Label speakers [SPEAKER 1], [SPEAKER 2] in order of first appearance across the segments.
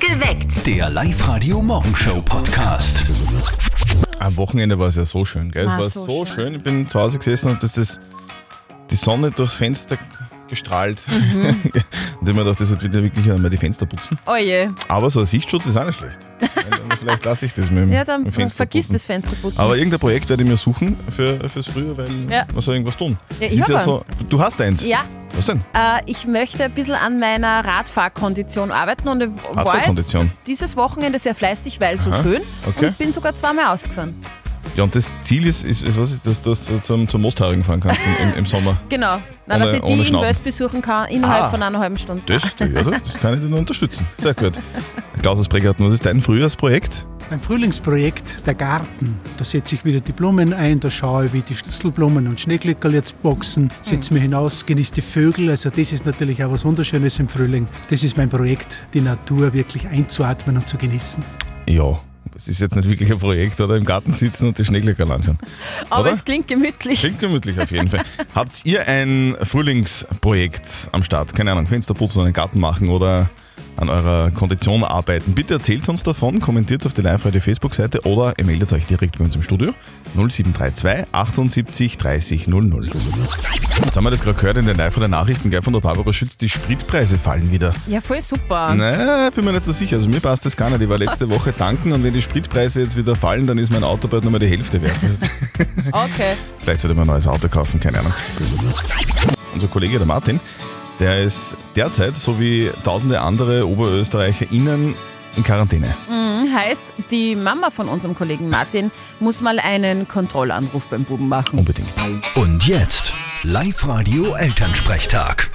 [SPEAKER 1] Geweckt.
[SPEAKER 2] Der Live-Radio-Morgenshow-Podcast.
[SPEAKER 3] Am Wochenende war es ja so schön, gell?
[SPEAKER 4] War
[SPEAKER 3] es war so
[SPEAKER 4] so
[SPEAKER 3] schön.
[SPEAKER 4] schön.
[SPEAKER 3] Ich bin zu Hause gesessen und das ist die Sonne durchs Fenster gestrahlt.
[SPEAKER 4] Mhm.
[SPEAKER 3] und ich mir gedacht, das wird wieder wirklich einmal die Fenster putzen.
[SPEAKER 4] Oje.
[SPEAKER 3] Aber so ein Sichtschutz ist auch nicht schlecht. Und Vielleicht lasse ich das mit dem
[SPEAKER 4] Ja, dann
[SPEAKER 3] mit dem Fenster
[SPEAKER 4] vergiss
[SPEAKER 3] putzen.
[SPEAKER 4] das Fensterputzen.
[SPEAKER 3] Aber irgendein Projekt werde ich mir suchen für, fürs Frühjahr, weil
[SPEAKER 4] Ja.
[SPEAKER 3] man soll irgendwas tun.
[SPEAKER 4] Ja,
[SPEAKER 3] Es
[SPEAKER 4] ich
[SPEAKER 3] ist
[SPEAKER 4] hab
[SPEAKER 3] ja so,
[SPEAKER 4] eins.
[SPEAKER 3] du hast eins.
[SPEAKER 4] ja,
[SPEAKER 3] Was denn?
[SPEAKER 4] äh, ich möchte ein bisschen an meiner Radfahrkondition arbeiten und ich war jetzt
[SPEAKER 3] Radfahrkondition.
[SPEAKER 4] dieses Wochenende sehr fleißig, weil so
[SPEAKER 3] Aha,
[SPEAKER 4] schön
[SPEAKER 3] okay.
[SPEAKER 4] und bin sogar zweimal ausgefahren.
[SPEAKER 3] Ja, und das Ziel ist, ist, ist was ist das, dass du zum, zum Mosthauring fahren kannst im, im, im Sommer.
[SPEAKER 4] Genau. Nein, dass
[SPEAKER 3] Ohne-
[SPEAKER 4] ich die
[SPEAKER 3] ohne
[SPEAKER 4] in
[SPEAKER 3] Schnaufen.
[SPEAKER 4] Wels besuchen kann innerhalb
[SPEAKER 3] Ah.
[SPEAKER 4] von einer halben Stunde.
[SPEAKER 3] Das, ja, das kann ich dir nur unterstützen. Sehr gut. Klaus aus Bregenz, was ist dein Frühjahrsprojekt?
[SPEAKER 5] Mein Frühlingsprojekt, der Garten. Da setze ich wieder die Blumen ein, da schaue ich, wie die Schlüsselblumen und Schneeglöckerl jetzt boxen,
[SPEAKER 6] Mhm.
[SPEAKER 5] setze mich hinaus, genieße die Vögel. Also das ist natürlich auch was Wunderschönes im Frühling. Das ist mein Projekt, die Natur wirklich einzuatmen und zu genießen.
[SPEAKER 3] Ja, das ist jetzt nicht wirklich ein Projekt, oder? Im Garten sitzen und die Schneeglöcker anschauen.
[SPEAKER 4] Aber
[SPEAKER 3] oder?
[SPEAKER 4] es klingt gemütlich.
[SPEAKER 3] Klingt gemütlich auf jeden Fall. Habt ihr ein Frühlingsprojekt am Start? Keine Ahnung, Fenster putzen, einen Garten machen oder an eurer Kondition arbeiten. Bitte erzählt uns davon, kommentiert auf die Live-Radio Facebook-Seite oder ihr meldet euch direkt bei uns im Studio 0732 78 30 00. Jetzt haben wir das gerade gehört in den Live-Radio-Nachrichten gell, von der Barbara Schütz, die Spritpreise fallen wieder.
[SPEAKER 4] Ja, voll super.
[SPEAKER 3] Nein, bin mir nicht so sicher. Also mir passt das gar nicht. Ich war letzte Woche tanken und wenn die Spritpreise jetzt wieder fallen, dann ist mein Auto bald nur mal die Hälfte wert. Das ist-
[SPEAKER 4] Okay.
[SPEAKER 3] Vielleicht sollte man ein neues Auto kaufen, keine Ahnung. Unser Kollege, der Martin, der ist derzeit, so wie tausende andere OberösterreicherInnen, in Quarantäne.
[SPEAKER 7] Hm?
[SPEAKER 4] Heißt, die Mama von unserem Kollegen Martin muss mal einen Kontrollanruf beim Buben machen.
[SPEAKER 3] Unbedingt.
[SPEAKER 2] Und jetzt Live-Radio Elternsprechtag.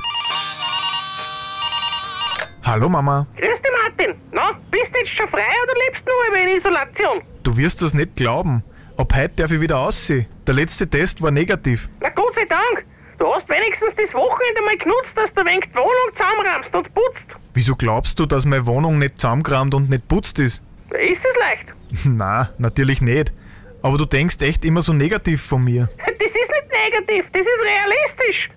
[SPEAKER 7] Hallo Mama,
[SPEAKER 8] Grüß dich, Martin. Na, bist du jetzt schon frei oder lebst du noch in Isolation?
[SPEAKER 7] du wirst das nicht glauben. Ab heute darf ich wieder aussehen. Der letzte Test war negativ.
[SPEAKER 8] Na, Gott sei Dank. Du hast wenigstens das Wochenende mal genutzt, dass du ein wenig die Wohnung zusammenrammst und putzt.
[SPEAKER 7] Wieso glaubst du, dass meine Wohnung nicht zusammengerammt und nicht putzt ist?
[SPEAKER 8] Da ist es leicht.
[SPEAKER 7] Na, natürlich nicht. Aber du denkst echt immer so negativ von mir.
[SPEAKER 8] Das ist nicht negativ, das ist realistisch.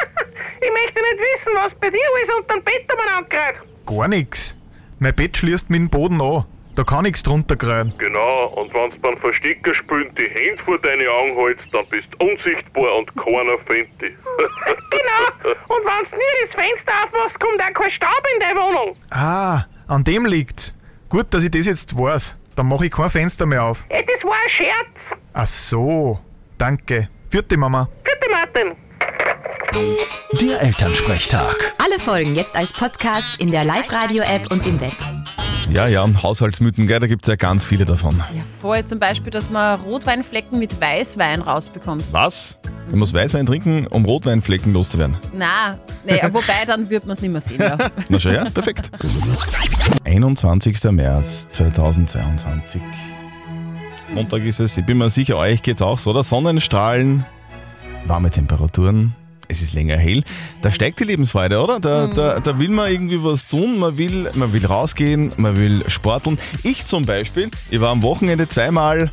[SPEAKER 8] ich möchte nicht wissen, was bei dir alles unter den Bettermann angreift.
[SPEAKER 7] Gar nix. Mein Bett schließt mit dem Boden an. Da kann nichts drunter kreien.
[SPEAKER 9] Genau, und wenn's beim Verstecker spielen die Hände vor deine Augen hältst, dann bist du unsichtbar und keiner findet dich.
[SPEAKER 8] Genau. Und wenn du nie das Fenster aufmachst, kommt auch kein Staub in deine Wohnung.
[SPEAKER 7] Ah, an dem liegt's. Gut, dass ich das jetzt weiß. Dann mache ich kein Fenster mehr auf.
[SPEAKER 8] Ey, das war ein Scherz.
[SPEAKER 7] Ach so. Danke. Vierte Mama.
[SPEAKER 8] Bitte, Martin.
[SPEAKER 2] Der Elternsprechtag.
[SPEAKER 10] Alle Folgen jetzt als Podcast in der Live-Radio-App und im Web.
[SPEAKER 3] Ja, ja, Haushaltsmythen, gell, da gibt es ja ganz viele davon.
[SPEAKER 4] Ja, voll. Zum Beispiel, dass man Rotweinflecken mit Weißwein rausbekommt.
[SPEAKER 3] Was? Ich muss Weißwein trinken, um Rotweinflecken loszuwerden.
[SPEAKER 4] Na, nee, wobei dann wird man es nicht mehr sehen. Ja.
[SPEAKER 3] Na schau her, perfekt. 21. März 2022. Montag ist es. Ich bin mir sicher, euch geht's auch so, oder? Sonnenstrahlen, warme Temperaturen. Es ist länger hell. Da steigt die Lebensfreude, oder? Da, da, da will man irgendwie was tun. Man will, man will rausgehen, man will sporteln. Ich zum Beispiel, ich war am Wochenende zweimal,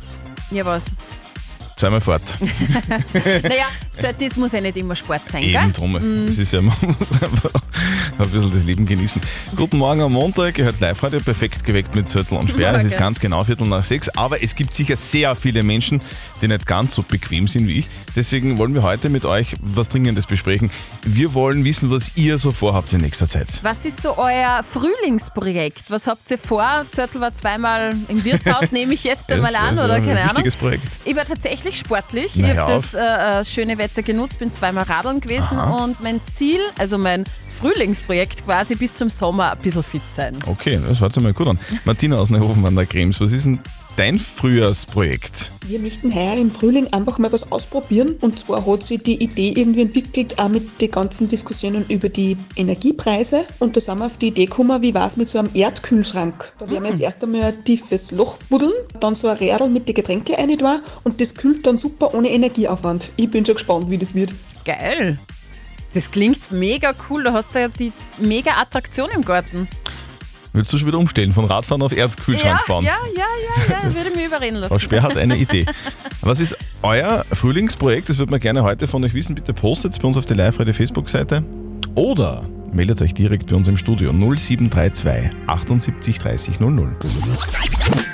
[SPEAKER 4] ja, was?
[SPEAKER 3] zweimal fort.
[SPEAKER 4] Naja, so, das muss ja nicht immer Sport sein,
[SPEAKER 3] Eben
[SPEAKER 4] gell? Mhm.
[SPEAKER 3] drum. Das ist ja, man muss einfach ein bisschen das Leben genießen. Guten Morgen am Montag, ihr hört live heute perfekt geweckt mit Zettel und Sperr. Es ist
[SPEAKER 4] Morgen.
[SPEAKER 3] ganz genau Viertel nach sechs, aber es gibt sicher sehr viele Menschen, die nicht ganz so bequem sind wie ich. Deswegen wollen wir heute mit euch was Dringendes besprechen. Wir wollen wissen, was ihr so vorhabt in nächster Zeit.
[SPEAKER 4] Was ist so euer Frühlingsprojekt? Was habt ihr vor? Zörtel war zweimal im Wirtshaus, nehme ich jetzt einmal
[SPEAKER 3] Das
[SPEAKER 4] an,
[SPEAKER 3] ist
[SPEAKER 4] oder?
[SPEAKER 3] ein
[SPEAKER 4] Keine Ahnung.
[SPEAKER 3] wichtiges Projekt.
[SPEAKER 4] Ich war tatsächlich sportlich.
[SPEAKER 3] Na,
[SPEAKER 4] ich
[SPEAKER 3] hör
[SPEAKER 4] habe
[SPEAKER 3] auf.
[SPEAKER 4] das äh, äh, schöne Wetter genutzt, bin zweimal Radeln gewesen und mein Ziel, also mein Frühlingsprojekt quasi, bis zum Sommer ein bisschen fit sein.
[SPEAKER 3] Okay, das hört sich mal gut an. Martina aus Neuhofen an der Krems, was ist denn dein Frühjahrsprojekt?
[SPEAKER 11] Wir möchten heuer im Frühling einfach mal was ausprobieren. Und zwar hat sich die Idee irgendwie entwickelt, auch mit den ganzen Diskussionen über die Energiepreise. Und da sind wir auf die Idee gekommen, wie war es mit so einem Erdkühlschrank? Da werden wir jetzt erst einmal ein tiefes Loch buddeln, dann so ein Rädel mit den Getränke rein da und das kühlt dann super ohne Energieaufwand. Ich bin schon gespannt, wie das wird.
[SPEAKER 4] Geil. Das klingt mega cool. Du hast da ja die mega Attraktion im Garten.
[SPEAKER 3] Willst du schon wieder umstellen, von Radfahren auf Erzkühlschrank
[SPEAKER 4] Ja, ja,
[SPEAKER 3] bauen?
[SPEAKER 4] ja, ja, ja, würde mich überreden
[SPEAKER 3] Frau
[SPEAKER 4] lassen.
[SPEAKER 3] Speer hat halt eine Idee. Was ist euer Frühlingsprojekt? Das würde man gerne heute von euch wissen. Bitte postet es bei uns auf der Live-Radio Facebook-Seite. Oder meldet euch direkt bei uns im Studio 0732 78 30 00.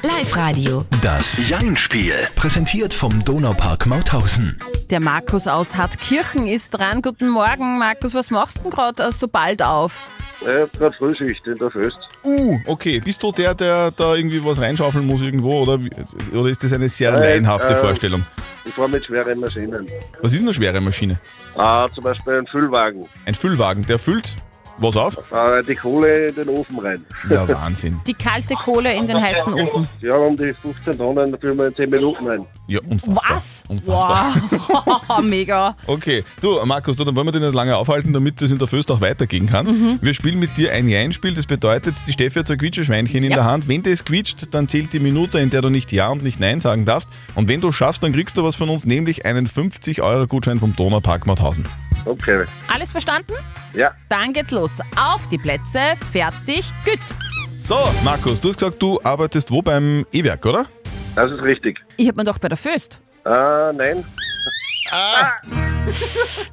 [SPEAKER 10] Live Radio.
[SPEAKER 2] Das Jein-Spiel. Präsentiert vom Donaupark Mauthausen.
[SPEAKER 4] Der Markus aus Hartkirchen ist dran. Guten Morgen, Markus. Was machst du denn gerade so bald auf?
[SPEAKER 1] Ja, gerade Frühschicht in der Föst.
[SPEAKER 3] Uh, okay. Bist du der, der da irgendwie was reinschaufeln muss irgendwo oder, wie- oder ist das eine sehr laienhafte
[SPEAKER 1] äh,
[SPEAKER 3] Vorstellung?
[SPEAKER 1] Ich fahre mit schweren Maschinen.
[SPEAKER 3] Was ist eine schwere Maschine?
[SPEAKER 1] Ah, zum Beispiel ein Füllwagen.
[SPEAKER 3] Ein Füllwagen, der füllt was auf?
[SPEAKER 1] Ah, die Kohle in den Ofen rein.
[SPEAKER 3] Ja, Wahnsinn.
[SPEAKER 4] Die kalte Kohle in den heißen Ofen.
[SPEAKER 1] Die haben um die 15 Tonnen, da füllen wir in 10 Minuten rein.
[SPEAKER 3] Ja, unfassbar.
[SPEAKER 4] Was?
[SPEAKER 3] Unfassbar.
[SPEAKER 4] Wow, mega.
[SPEAKER 3] Okay, du Markus, du, dann wollen wir dich nicht lange aufhalten, damit das in der Föst auch weitergehen kann. Wir spielen mit dir ein Jein-Spiel, das bedeutet, die Steffi hat so ein Quietscheschweinchen in
[SPEAKER 4] Ja.
[SPEAKER 3] der Hand. Wenn das quietscht, dann zählt die Minute, in der du nicht Ja und nicht Nein sagen darfst. Und wenn du schaffst, dann kriegst du was von uns, nämlich einen 50-Euro-Gutschein vom Donaupark Mauthausen.
[SPEAKER 1] Okay.
[SPEAKER 4] Alles verstanden?
[SPEAKER 1] Ja,
[SPEAKER 4] Dann geht's los. Auf die Plätze, fertig, gut.
[SPEAKER 3] So, Markus, du hast gesagt, du arbeitest wo beim E-Werk, oder?
[SPEAKER 1] das ist richtig.
[SPEAKER 4] Ich hab mir doch bei der Föst.
[SPEAKER 1] Ah, nein.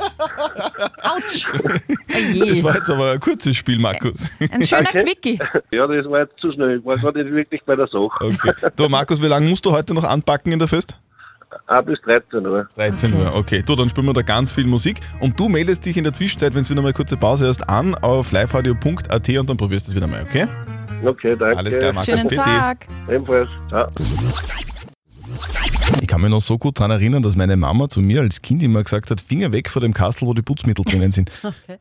[SPEAKER 4] Autsch.
[SPEAKER 3] Das
[SPEAKER 4] Oje.
[SPEAKER 3] war jetzt aber ein kurzes Spiel, Markus.
[SPEAKER 4] Ein schöner
[SPEAKER 1] Danke.
[SPEAKER 4] Quickie.
[SPEAKER 1] Ja, das war jetzt zu schnell. Ich war gerade nicht wirklich bei der Sache.
[SPEAKER 3] Okay. Du, Markus, wie lange musst du heute noch anpacken in der Fest?
[SPEAKER 1] Ah, bis 13 Uhr.
[SPEAKER 3] 13 Uhr, okay. Du, dann spielen wir da ganz viel Musik und du meldest dich in der Zwischenzeit, wenn es wieder mal eine kurze Pause ist, an auf liveradio.at und dann probierst du es wieder mal, okay?
[SPEAKER 1] Okay, danke.
[SPEAKER 3] Alles klar, Markus.
[SPEAKER 4] Schönen
[SPEAKER 3] bitte.
[SPEAKER 4] Tag.
[SPEAKER 1] Ebenfalls. Ciao.
[SPEAKER 3] Ich kann mich noch so gut daran erinnern, dass meine Mama zu mir als Kind immer gesagt hat, Finger weg vor dem Kastel, wo die Putzmittel drinnen sind.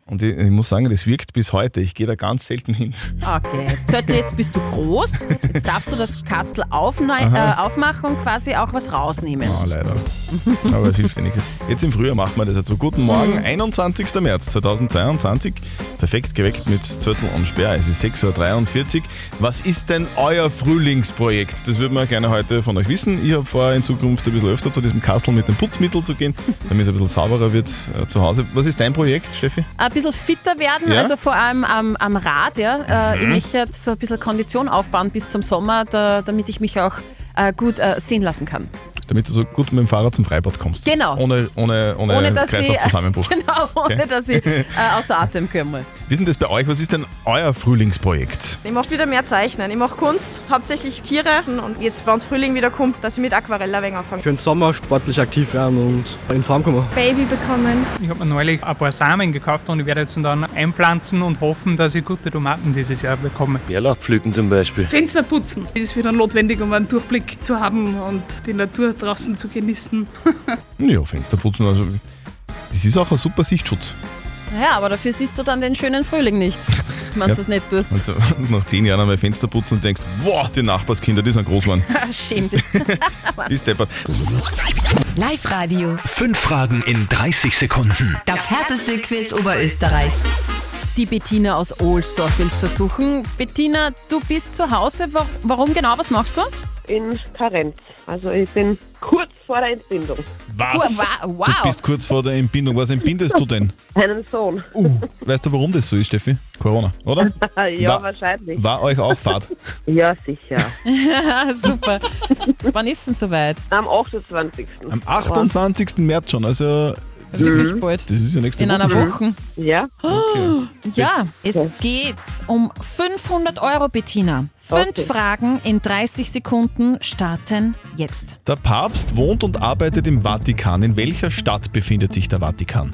[SPEAKER 3] Und ich, ich muss sagen, das wirkt bis heute. Ich gehe da ganz selten hin.
[SPEAKER 4] Okay. Zöttl, jetzt bist du groß. Jetzt darfst du das Kastel aufne- äh, aufmachen und quasi auch was rausnehmen.
[SPEAKER 3] Ah, leider. Aber es hilft ja nichts. Jetzt im Frühjahr macht man das jetzt so. Guten Morgen,
[SPEAKER 4] Mhm.
[SPEAKER 3] 21. März 2022. Perfekt geweckt mit Zürtel und Sperr. Es ist 6.43 Uhr. Was ist denn euer Frühlingsprojekt? Das würden wir gerne heute von euch wissen. Ich habe vor, in Zukunft ein bisschen öfter zu diesem Kastel mit dem Putzmittel zu gehen, damit es ein bisschen sauberer wird äh, zu Hause. Was ist dein Projekt, Steffi?
[SPEAKER 4] Ein bisschen fitter werden,
[SPEAKER 3] Ja.
[SPEAKER 4] also vor allem am, am Rad. Ja. Äh, Ich möchte jetzt so ein bisschen Kondition aufbauen bis zum Sommer, da, damit ich mich auch äh, gut äh, sehen lassen kann.
[SPEAKER 3] Damit du so gut mit dem Fahrrad zum Freibad kommst.
[SPEAKER 4] Genau.
[SPEAKER 3] Ohne, ohne, ohne,
[SPEAKER 4] Ohne dass ich,
[SPEAKER 3] Kreislaufzusammenbruch.
[SPEAKER 4] genau, ohne
[SPEAKER 3] Okay.
[SPEAKER 4] dass ich äh, außer Atem komme.
[SPEAKER 3] Wie ist denn das bei euch? Was ist denn euer Frühlingsprojekt?
[SPEAKER 12] Ich möchte wieder mehr zeichnen. Ich mache Kunst, hauptsächlich Tiere. Und jetzt, wenn es Frühling wieder kommt, dass ich mit Aquarell ein wenig anfange.
[SPEAKER 13] Für den Sommer sportlich aktiv werden und in Form kommen.
[SPEAKER 12] Baby bekommen.
[SPEAKER 6] Ich habe mir neulich ein paar Samen gekauft und ich werde jetzt dann einpflanzen und hoffen, dass ich gute Tomaten dieses Jahr bekomme.
[SPEAKER 14] Bärlauch pflücken zum Beispiel.
[SPEAKER 15] Fenster putzen. Das ist wieder notwendig, um einen Durchblick zu haben und die Natur draußen zu genießen.
[SPEAKER 3] Ja, Fenster putzen, also das ist auch ein super Sichtschutz.
[SPEAKER 4] Ja, aber dafür siehst du dann den schönen Frühling nicht, wenn du
[SPEAKER 3] Ja.
[SPEAKER 4] es nicht tust.
[SPEAKER 3] Also nach zehn Jahren einmal Fenster putzen und denkst, wow, die Nachbarskinder, die sind groß geworden.
[SPEAKER 4] Schäm dich.
[SPEAKER 3] Ist deppert.
[SPEAKER 10] Live Radio.
[SPEAKER 2] Fünf Fragen in 30 Sekunden.
[SPEAKER 10] Das härteste Quiz Oberösterreichs.
[SPEAKER 4] Die Bettina aus Ohlsdorf will es versuchen. Bettina, du bist zu Hause. Wa- Warum genau? Was machst du?
[SPEAKER 16] in Karenz. Also ich bin kurz vor der Entbindung.
[SPEAKER 3] Was? Du bist kurz vor der Entbindung. Was entbindest du denn?
[SPEAKER 16] Einen Sohn.
[SPEAKER 3] Uh. Weißt du, warum das so ist, Steffi? Corona, oder?
[SPEAKER 16] ja,
[SPEAKER 3] Wa-
[SPEAKER 16] wahrscheinlich.
[SPEAKER 3] War euch auch Fahrt?
[SPEAKER 16] Ja, sicher.
[SPEAKER 4] Ah, Super. Wann ist denn soweit?
[SPEAKER 16] Am 28.
[SPEAKER 3] Am 28. März schon, also... Das
[SPEAKER 4] ist nicht bald.
[SPEAKER 3] Das ist ja nächste
[SPEAKER 4] Mhm. In
[SPEAKER 3] Woche
[SPEAKER 4] einer
[SPEAKER 3] schon.
[SPEAKER 4] Woche.
[SPEAKER 16] Ja.
[SPEAKER 4] Ja, es geht um 500 Euro, Bettina. Fünf Fragen in 30 Sekunden starten jetzt.
[SPEAKER 3] Der Papst wohnt und arbeitet im Vatikan. In welcher Stadt befindet sich der Vatikan?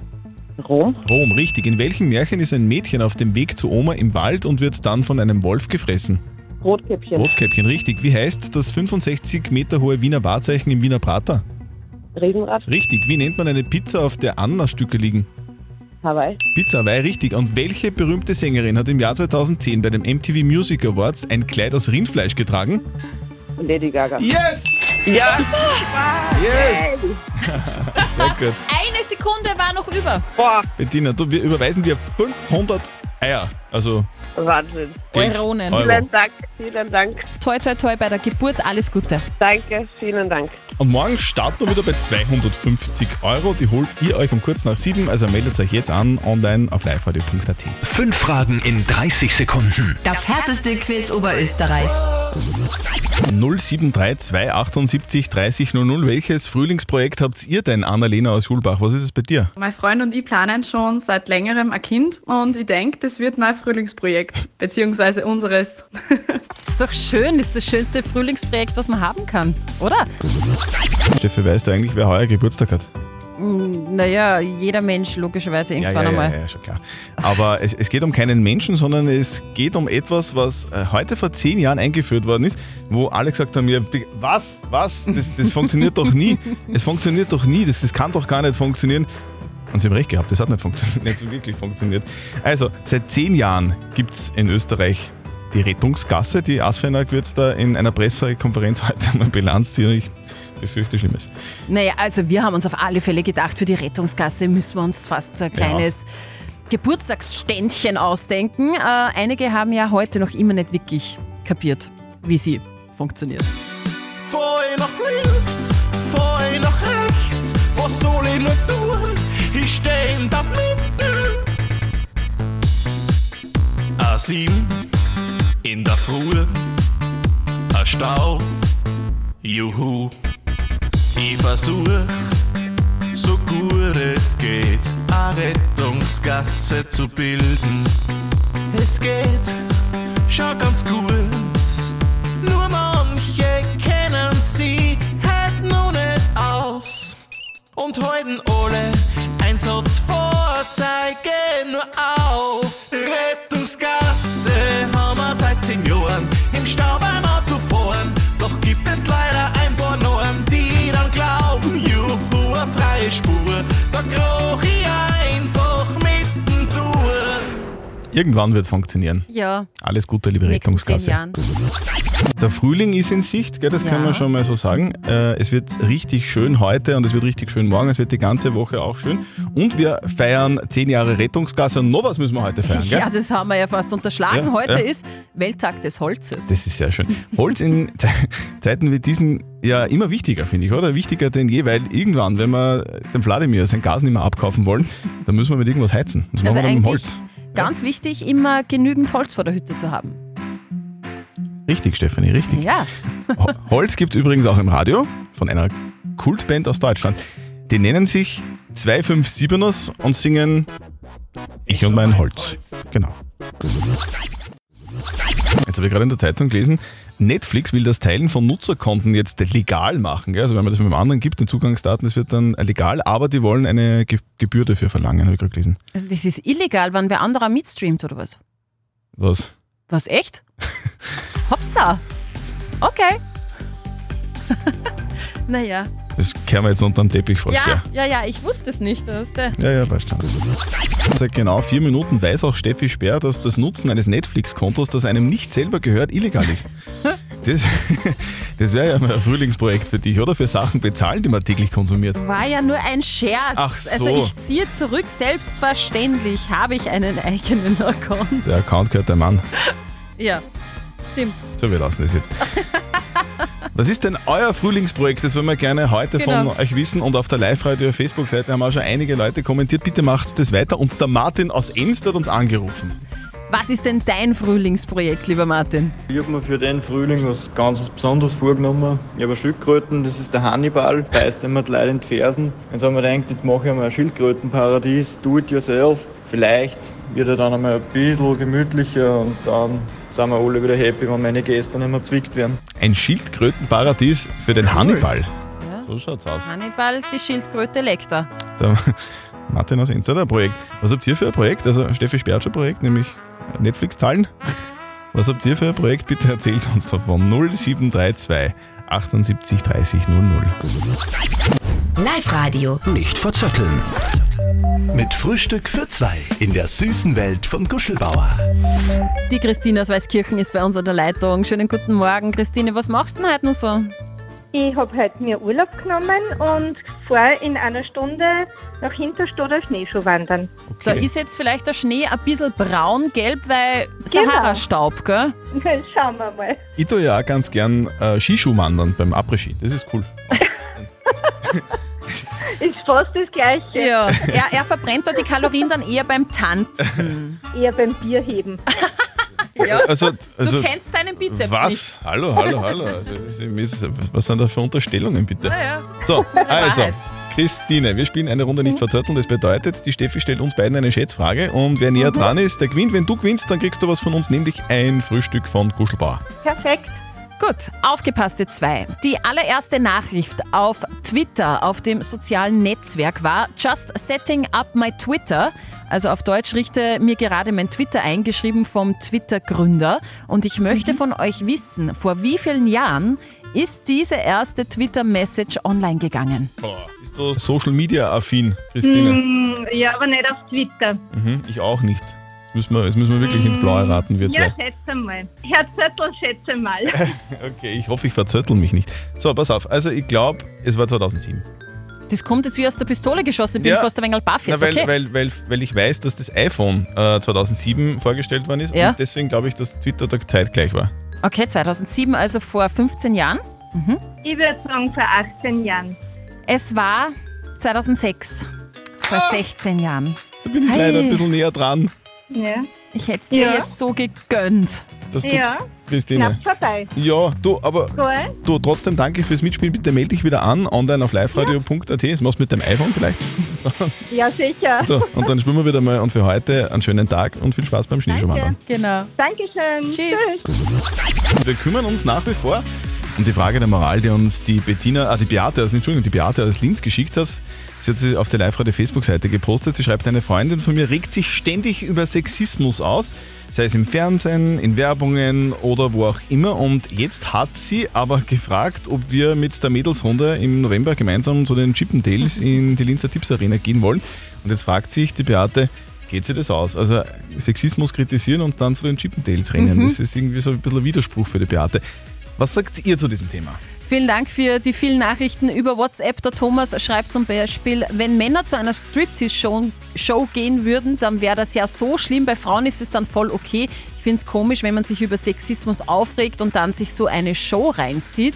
[SPEAKER 16] Rom.
[SPEAKER 3] Rom, richtig. In welchem Märchen ist ein Mädchen auf dem Weg zu Oma im Wald und wird dann von einem Wolf gefressen?
[SPEAKER 16] Rotkäppchen.
[SPEAKER 3] Rotkäppchen, richtig. Wie heißt das 65 Meter hohe Wiener Wahrzeichen im Wiener Prater?
[SPEAKER 16] Riesenrad.
[SPEAKER 3] Richtig. Wie nennt man eine Pizza, auf der Ananasstücke liegen?
[SPEAKER 16] Hawaii.
[SPEAKER 3] Pizza Hawaii, richtig. Und welche berühmte Sängerin hat im Jahr 2010 bei dem MTV Music Awards ein Kleid aus Rindfleisch getragen?
[SPEAKER 16] Lady Gaga.
[SPEAKER 3] Yes!
[SPEAKER 16] Ja.
[SPEAKER 3] Yes! Sehr gut.
[SPEAKER 4] Eine Sekunde war noch über.
[SPEAKER 16] Boah,
[SPEAKER 3] Bettina, du, wir überweisen dir 500 Eier. Also,
[SPEAKER 16] Wahnsinn.
[SPEAKER 3] Geld.
[SPEAKER 4] Euronen.
[SPEAKER 3] Euro.
[SPEAKER 16] Vielen Dank. Vielen Dank.
[SPEAKER 4] Toi, toi, toi bei der Geburt. Alles Gute.
[SPEAKER 16] Danke. Vielen Dank.
[SPEAKER 3] Und morgen starten wir wieder bei 250 Euro. Die holt ihr euch um kurz nach sieben. Also meldet euch jetzt an online auf liveradio.at.
[SPEAKER 2] Fünf Fragen in 30 Sekunden.
[SPEAKER 10] Das härteste Quiz Oberösterreichs.
[SPEAKER 3] 0732 78 30 00. Welches Frühlingsprojekt habt ihr denn, Annalena aus Schulbach? Was ist es bei dir?
[SPEAKER 14] Mein Freund und ich planen schon seit längerem ein Kind und ich denke, das wird mein Frühlingsprojekt, beziehungsweise unseres.
[SPEAKER 4] Ist doch schön, ist das schönste Frühlingsprojekt, was man haben kann, oder?
[SPEAKER 3] Steffi, weißt du eigentlich, wer heuer Geburtstag hat?
[SPEAKER 4] Naja, jeder Mensch logischerweise irgendwann
[SPEAKER 3] ja, ja,
[SPEAKER 4] einmal.
[SPEAKER 3] Ja, ja, schon klar. Aber es, es geht um keinen Menschen, sondern es geht um etwas, was äh, heute vor zehn Jahren eingeführt worden ist, wo alle gesagt haben, ja, bi- was, was, das, das funktioniert doch nie. Es funktioniert doch nie, das, das kann doch gar nicht funktionieren. Und sie haben recht gehabt, das hat nicht, funktioniert, nicht so wirklich funktioniert. Also, seit zehn Jahren gibt es in Österreich die Rettungsgasse. Die Asfenag wird da in einer Pressekonferenz heute mal Bilanz ziehen. Ich befürchte Schlimmes.
[SPEAKER 4] Naja, also wir haben uns auf alle Fälle gedacht, für die Rettungsgasse müssen wir uns fast so ein
[SPEAKER 3] Ja.
[SPEAKER 4] kleines Geburtstagsständchen ausdenken. Äh, einige haben ja heute noch immer nicht wirklich kapiert, wie sie funktioniert.
[SPEAKER 17] Voll nach links, voll nach rechts, was soll ich nur tun? Ich steh in der Mitte. A7 in der Früh, a Stau, juhu. Ich versuch, so gut es geht, a Rettungsgasse zu bilden. Es geht schon ganz gut, nur manche kennen sie halt noch nicht aus und halten alle Einsatzfahrzeuge nur auf. Rettungsgasse haben wir seit zehn Jahren im Staub ein Auto fahren, doch gibt es leider ein paar Normen, die dann glauben, juhu, eine freie Spur, da kroch ich einfach mittendurch.
[SPEAKER 3] Irgendwann wird es funktionieren.
[SPEAKER 4] Ja.
[SPEAKER 3] Alles Gute, liebe
[SPEAKER 4] Nächsten zehn
[SPEAKER 3] Rettungsgasse.
[SPEAKER 4] Jahren.
[SPEAKER 3] Der Frühling ist in Sicht, gell, das
[SPEAKER 4] Ja.
[SPEAKER 3] kann man schon mal so sagen. Äh, es wird richtig schön heute und es wird richtig schön morgen. Es wird die ganze Woche auch schön. Und wir feiern 10 Jahre Rettungsgasse und noch was müssen wir heute feiern. Gell?
[SPEAKER 4] Ja, das haben wir ja fast unterschlagen.
[SPEAKER 3] Ja,
[SPEAKER 4] heute
[SPEAKER 3] ja.
[SPEAKER 4] ist Welttag des Holzes.
[SPEAKER 3] Das ist sehr schön. Holz in Ze- Zeiten wie diesen ja immer wichtiger, finde ich, oder? Wichtiger denn je, weil irgendwann, wenn wir dem Wladimir sein Gas nicht mehr abkaufen wollen, dann müssen wir mit irgendwas heizen. Das machen
[SPEAKER 4] also
[SPEAKER 3] wir dann mit dem
[SPEAKER 4] eigentlich
[SPEAKER 3] Holz.
[SPEAKER 4] ganz wichtig, immer genügend Holz vor der Hütte zu haben.
[SPEAKER 3] Richtig, Stefanie, richtig.
[SPEAKER 4] Ja.
[SPEAKER 3] Ho- Holz gibt es übrigens auch im Radio von einer Kultband aus Deutschland. Die nennen sich 257ers und singen Ich und mein Holz. Genau. Jetzt habe ich gerade in der Zeitung gelesen, Netflix will das Teilen von Nutzerkonten jetzt legal machen. Gell? Also wenn man das mit dem anderen gibt, den Zugangsdaten, das wird dann legal, aber die wollen eine Ge Gebühr dafür verlangen, habe ich gerade gelesen.
[SPEAKER 4] Also das ist illegal, wann wer anderer mitstreamt oder was?
[SPEAKER 3] Was?
[SPEAKER 4] Was, echt? Hopsa. Okay. naja.
[SPEAKER 3] Das kehren wir jetzt unter den Teppich vor. gell?
[SPEAKER 4] Ja, ja, ja, ich wusste es nicht. Weißt du?
[SPEAKER 3] Ja, ja, passt schon. Seit genau vier Minuten weiß auch Steffi Speer, dass das Nutzen eines Netflix-Kontos, das einem nicht selber gehört, illegal ist. Das, das wäre ja mal ein Frühlingsprojekt für dich, oder? Für Sachen bezahlen, die man täglich konsumiert.
[SPEAKER 4] War ja nur ein Scherz.
[SPEAKER 3] Ach so.
[SPEAKER 4] Also ich ziehe zurück, selbstverständlich habe ich einen eigenen Account.
[SPEAKER 3] Der Account gehört dem Mann.
[SPEAKER 4] Ja, stimmt.
[SPEAKER 3] So, wir lassen das jetzt. Was ist denn euer Frühlingsprojekt? Das wollen wir gerne heute
[SPEAKER 4] Genau.
[SPEAKER 3] von euch wissen. Und auf der Live-Radio-Facebook-Seite haben auch schon einige Leute kommentiert. Bitte macht das weiter. Und der Martin aus Enst hat uns angerufen.
[SPEAKER 4] Was ist denn dein Frühlingsprojekt, lieber Martin?
[SPEAKER 18] Ich habe mir für den Frühling was ganz Besonderes vorgenommen. Ich habe Schildkröten, das ist der Hannibal, beißt immer die Leute in die Fersen. Jetzt haben wir gedacht, jetzt mache ich einmal ein Schildkrötenparadies, do it yourself. Vielleicht wird er dann einmal ein bisschen gemütlicher und dann sind wir alle wieder happy, wenn meine Gäste nicht mehr zwickt werden.
[SPEAKER 3] Ein Schildkrötenparadies für den Hannibal.
[SPEAKER 4] So
[SPEAKER 3] schaut's aus.
[SPEAKER 4] Hannibal, die Schildkröte Lektor.
[SPEAKER 3] Der Martin aus Insta, ein Projekt. Was habt ihr für ein Projekt? Also Steffi Sperger Projekt, nämlich Netflix-Zahlen. Was habt ihr für ein Projekt? Bitte erzählt uns davon. 0732 78 30 00.
[SPEAKER 10] Live-Radio.
[SPEAKER 2] Nicht verzetteln. Mit Frühstück für zwei in der süßen Welt von Guschelbauer.
[SPEAKER 4] Die Christine aus Weißkirchen ist bei uns an der Leitung. Schönen guten Morgen, Christine. Was machst du denn heute noch so?
[SPEAKER 19] Ich habe heute mir Urlaub genommen und fahre in einer Stunde nach Hinterstoder Schneeschuh wandern.
[SPEAKER 4] Da ist jetzt vielleicht der Schnee ein bisschen braun-gelb, weil Sahara-Staub, gell?
[SPEAKER 19] Schauen wir mal.
[SPEAKER 3] Ich tue ja auch ganz gern äh, Skischuh wandern beim Après-Ski. Das ist cool.
[SPEAKER 19] Ist fast das Gleiche.
[SPEAKER 4] Ja, er, er verbrennt da die Kalorien dann eher beim Tanzen.
[SPEAKER 19] Eher beim Bierheben.
[SPEAKER 4] ja.
[SPEAKER 3] Also- also-
[SPEAKER 4] du kennst seinen Bizeps
[SPEAKER 3] Was?
[SPEAKER 4] nicht.
[SPEAKER 3] Hallo, hallo, hallo. Also, was- Was sind da für Unterstellungen bitte?
[SPEAKER 4] Naja.
[SPEAKER 3] So,
[SPEAKER 4] Eine
[SPEAKER 3] also.
[SPEAKER 4] Wahrheit.
[SPEAKER 3] Christine, wir spielen eine Runde nicht verzörteln. Das bedeutet, die Steffi stellt uns beiden eine Schätzfrage und wer
[SPEAKER 4] Mhm.
[SPEAKER 3] näher dran ist, der gewinnt. Wenn du gewinnst, dann kriegst du was von uns, nämlich ein Frühstück von Kuschelbauer.
[SPEAKER 4] Perfekt. Gut, aufgepasst, ihr zwei. Die allererste Nachricht auf Twitter, auf dem sozialen Netzwerk war Just setting up my Twitter. Also auf Deutsch richte mir gerade mein Twitter eingeschrieben vom Twitter-Gründer. Und ich möchte von euch wissen, vor wie vielen Jahren ist diese erste Twitter-Message online gegangen?
[SPEAKER 3] Boah, bist du Social Media affin, Christine?
[SPEAKER 4] Mhm.
[SPEAKER 19] Hm, ja, aber nicht auf Twitter.
[SPEAKER 3] Mhm, ich auch nicht. Jetzt müssen wir, jetzt müssen wir wirklich ins
[SPEAKER 4] Mhm.
[SPEAKER 3] Blaue raten, wir
[SPEAKER 19] Ja,
[SPEAKER 3] zwei.
[SPEAKER 19] schätze mal. Herr Zettel, schätze mal.
[SPEAKER 3] Okay, ich hoffe, ich verzöttel mich nicht. So, pass auf. Also, ich glaube, es war 2007.
[SPEAKER 4] Das kommt jetzt wie aus der Pistole geschossen, bin
[SPEAKER 3] Ja.
[SPEAKER 4] ich fast ein wenig baff
[SPEAKER 3] Na,
[SPEAKER 4] jetzt,
[SPEAKER 3] weil,
[SPEAKER 4] okay?
[SPEAKER 3] weil, weil, weil ich weiß, dass das iPhone äh, 2007 vorgestellt worden ist
[SPEAKER 4] Ja.
[SPEAKER 3] und deswegen glaube ich, dass Twitter da zeitgleich war.
[SPEAKER 4] okay, 2007, also vor 15 Jahren.
[SPEAKER 19] Ich würde sagen, vor 18 Jahren.
[SPEAKER 4] Es war 2006, vor 16 Jahren.
[SPEAKER 3] Da bin ich leider ein bisschen näher dran,
[SPEAKER 19] Ja.
[SPEAKER 4] Ich hätte es dir
[SPEAKER 19] Ja.
[SPEAKER 4] jetzt so gegönnt.
[SPEAKER 3] dass du, Christine.
[SPEAKER 19] knapp vorbei.
[SPEAKER 3] Ja, du, aber
[SPEAKER 19] Cool.
[SPEAKER 3] du, trotzdem danke fürs Mitspielen. Bitte melde dich wieder an, online auf liveradio.at. Das machst du mit dem iPhone vielleicht.
[SPEAKER 19] Ja, sicher.
[SPEAKER 3] So, und dann spielen wir wieder mal. Und für heute einen schönen Tag und viel Spaß beim Schneeschuhwandern.
[SPEAKER 4] Genau.
[SPEAKER 19] Dankeschön. Tschüss.
[SPEAKER 3] Wir kümmern uns nach wie vor um die Frage der Moral, die uns die Bettina, ah, die Beate, aus, Entschuldigung, die Beate aus Linz geschickt hat. Sie hat sie auf der live Facebook-Seite gepostet. Sie schreibt, eine Freundin von mir regt sich ständig über Sexismus aus, sei es im Fernsehen, in Werbungen oder wo auch immer. Und jetzt hat sie aber gefragt, ob wir mit der Mädelsrunde im November gemeinsam zu den Chippendales in die Linzer Tipps Arena gehen wollen. Und jetzt fragt sich die Beate, geht sie das aus? Also Sexismus kritisieren und dann zu den Chippendales rennen.
[SPEAKER 4] Mhm.
[SPEAKER 3] Das ist irgendwie so ein bisschen ein Widerspruch für die Beate. Was sagt ihr zu diesem Thema?
[SPEAKER 4] Vielen Dank für die vielen Nachrichten über WhatsApp. Der Thomas schreibt zum Beispiel, wenn Männer zu einer Striptease-Show Show gehen würden, dann wäre das ja so schlimm. Bei Frauen ist es dann voll okay. Ich finde es komisch, wenn man sich über Sexismus aufregt und dann sich so eine Show reinzieht.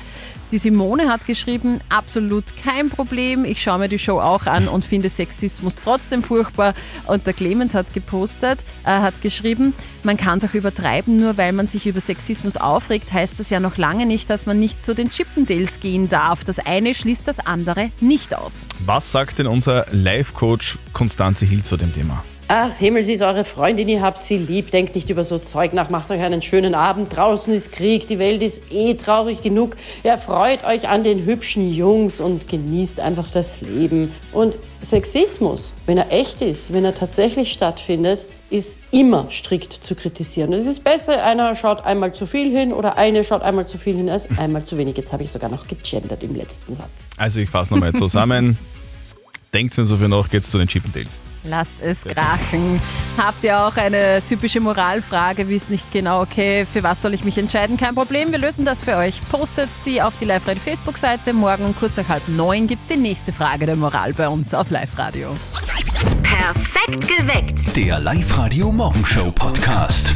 [SPEAKER 4] Die Simone hat geschrieben, absolut kein Problem. Ich schaue mir die Show auch an und finde Sexismus trotzdem furchtbar. Und der Clemens hat gepostet, äh, hat geschrieben, man kann es auch übertreiben, nur weil man sich über Sexismus aufregt, heißt das ja noch lange nicht, dass man nicht zu den Chippendales gehen darf. Das eine schließt das andere nicht aus.
[SPEAKER 3] Was sagt denn unser Live-Coach Konstanze Hill zu dem Thema?
[SPEAKER 20] Ach, Himmel, sie ist eure Freundin, ihr habt sie lieb. Denkt nicht über so Zeug nach, macht euch einen schönen Abend. Draußen ist Krieg, die Welt ist eh traurig genug. Erfreut euch an den hübschen Jungs und genießt einfach das Leben. Und Sexismus, wenn er echt ist, wenn er tatsächlich stattfindet, ist immer strikt zu kritisieren. Es ist besser, einer schaut einmal zu viel hin oder eine schaut einmal zu viel hin als einmal zu wenig. Jetzt habe ich sogar noch gegendert im letzten Satz.
[SPEAKER 3] Also ich fasse nochmal zusammen. Denkt insofern noch, geht's zu den Chippendales.
[SPEAKER 4] Lasst es krachen. Habt ihr auch eine typische Moralfrage, wisst nicht genau, okay, für was soll ich mich entscheiden? Kein Problem, wir lösen das für euch. Postet sie auf die Live-Radio Facebook-Seite. Morgen um kurz nach halb neun gibt es die nächste Frage der Moral bei uns auf Live-Radio.
[SPEAKER 10] Perfekt geweckt.
[SPEAKER 2] Der Live-Radio Morgenshow Podcast.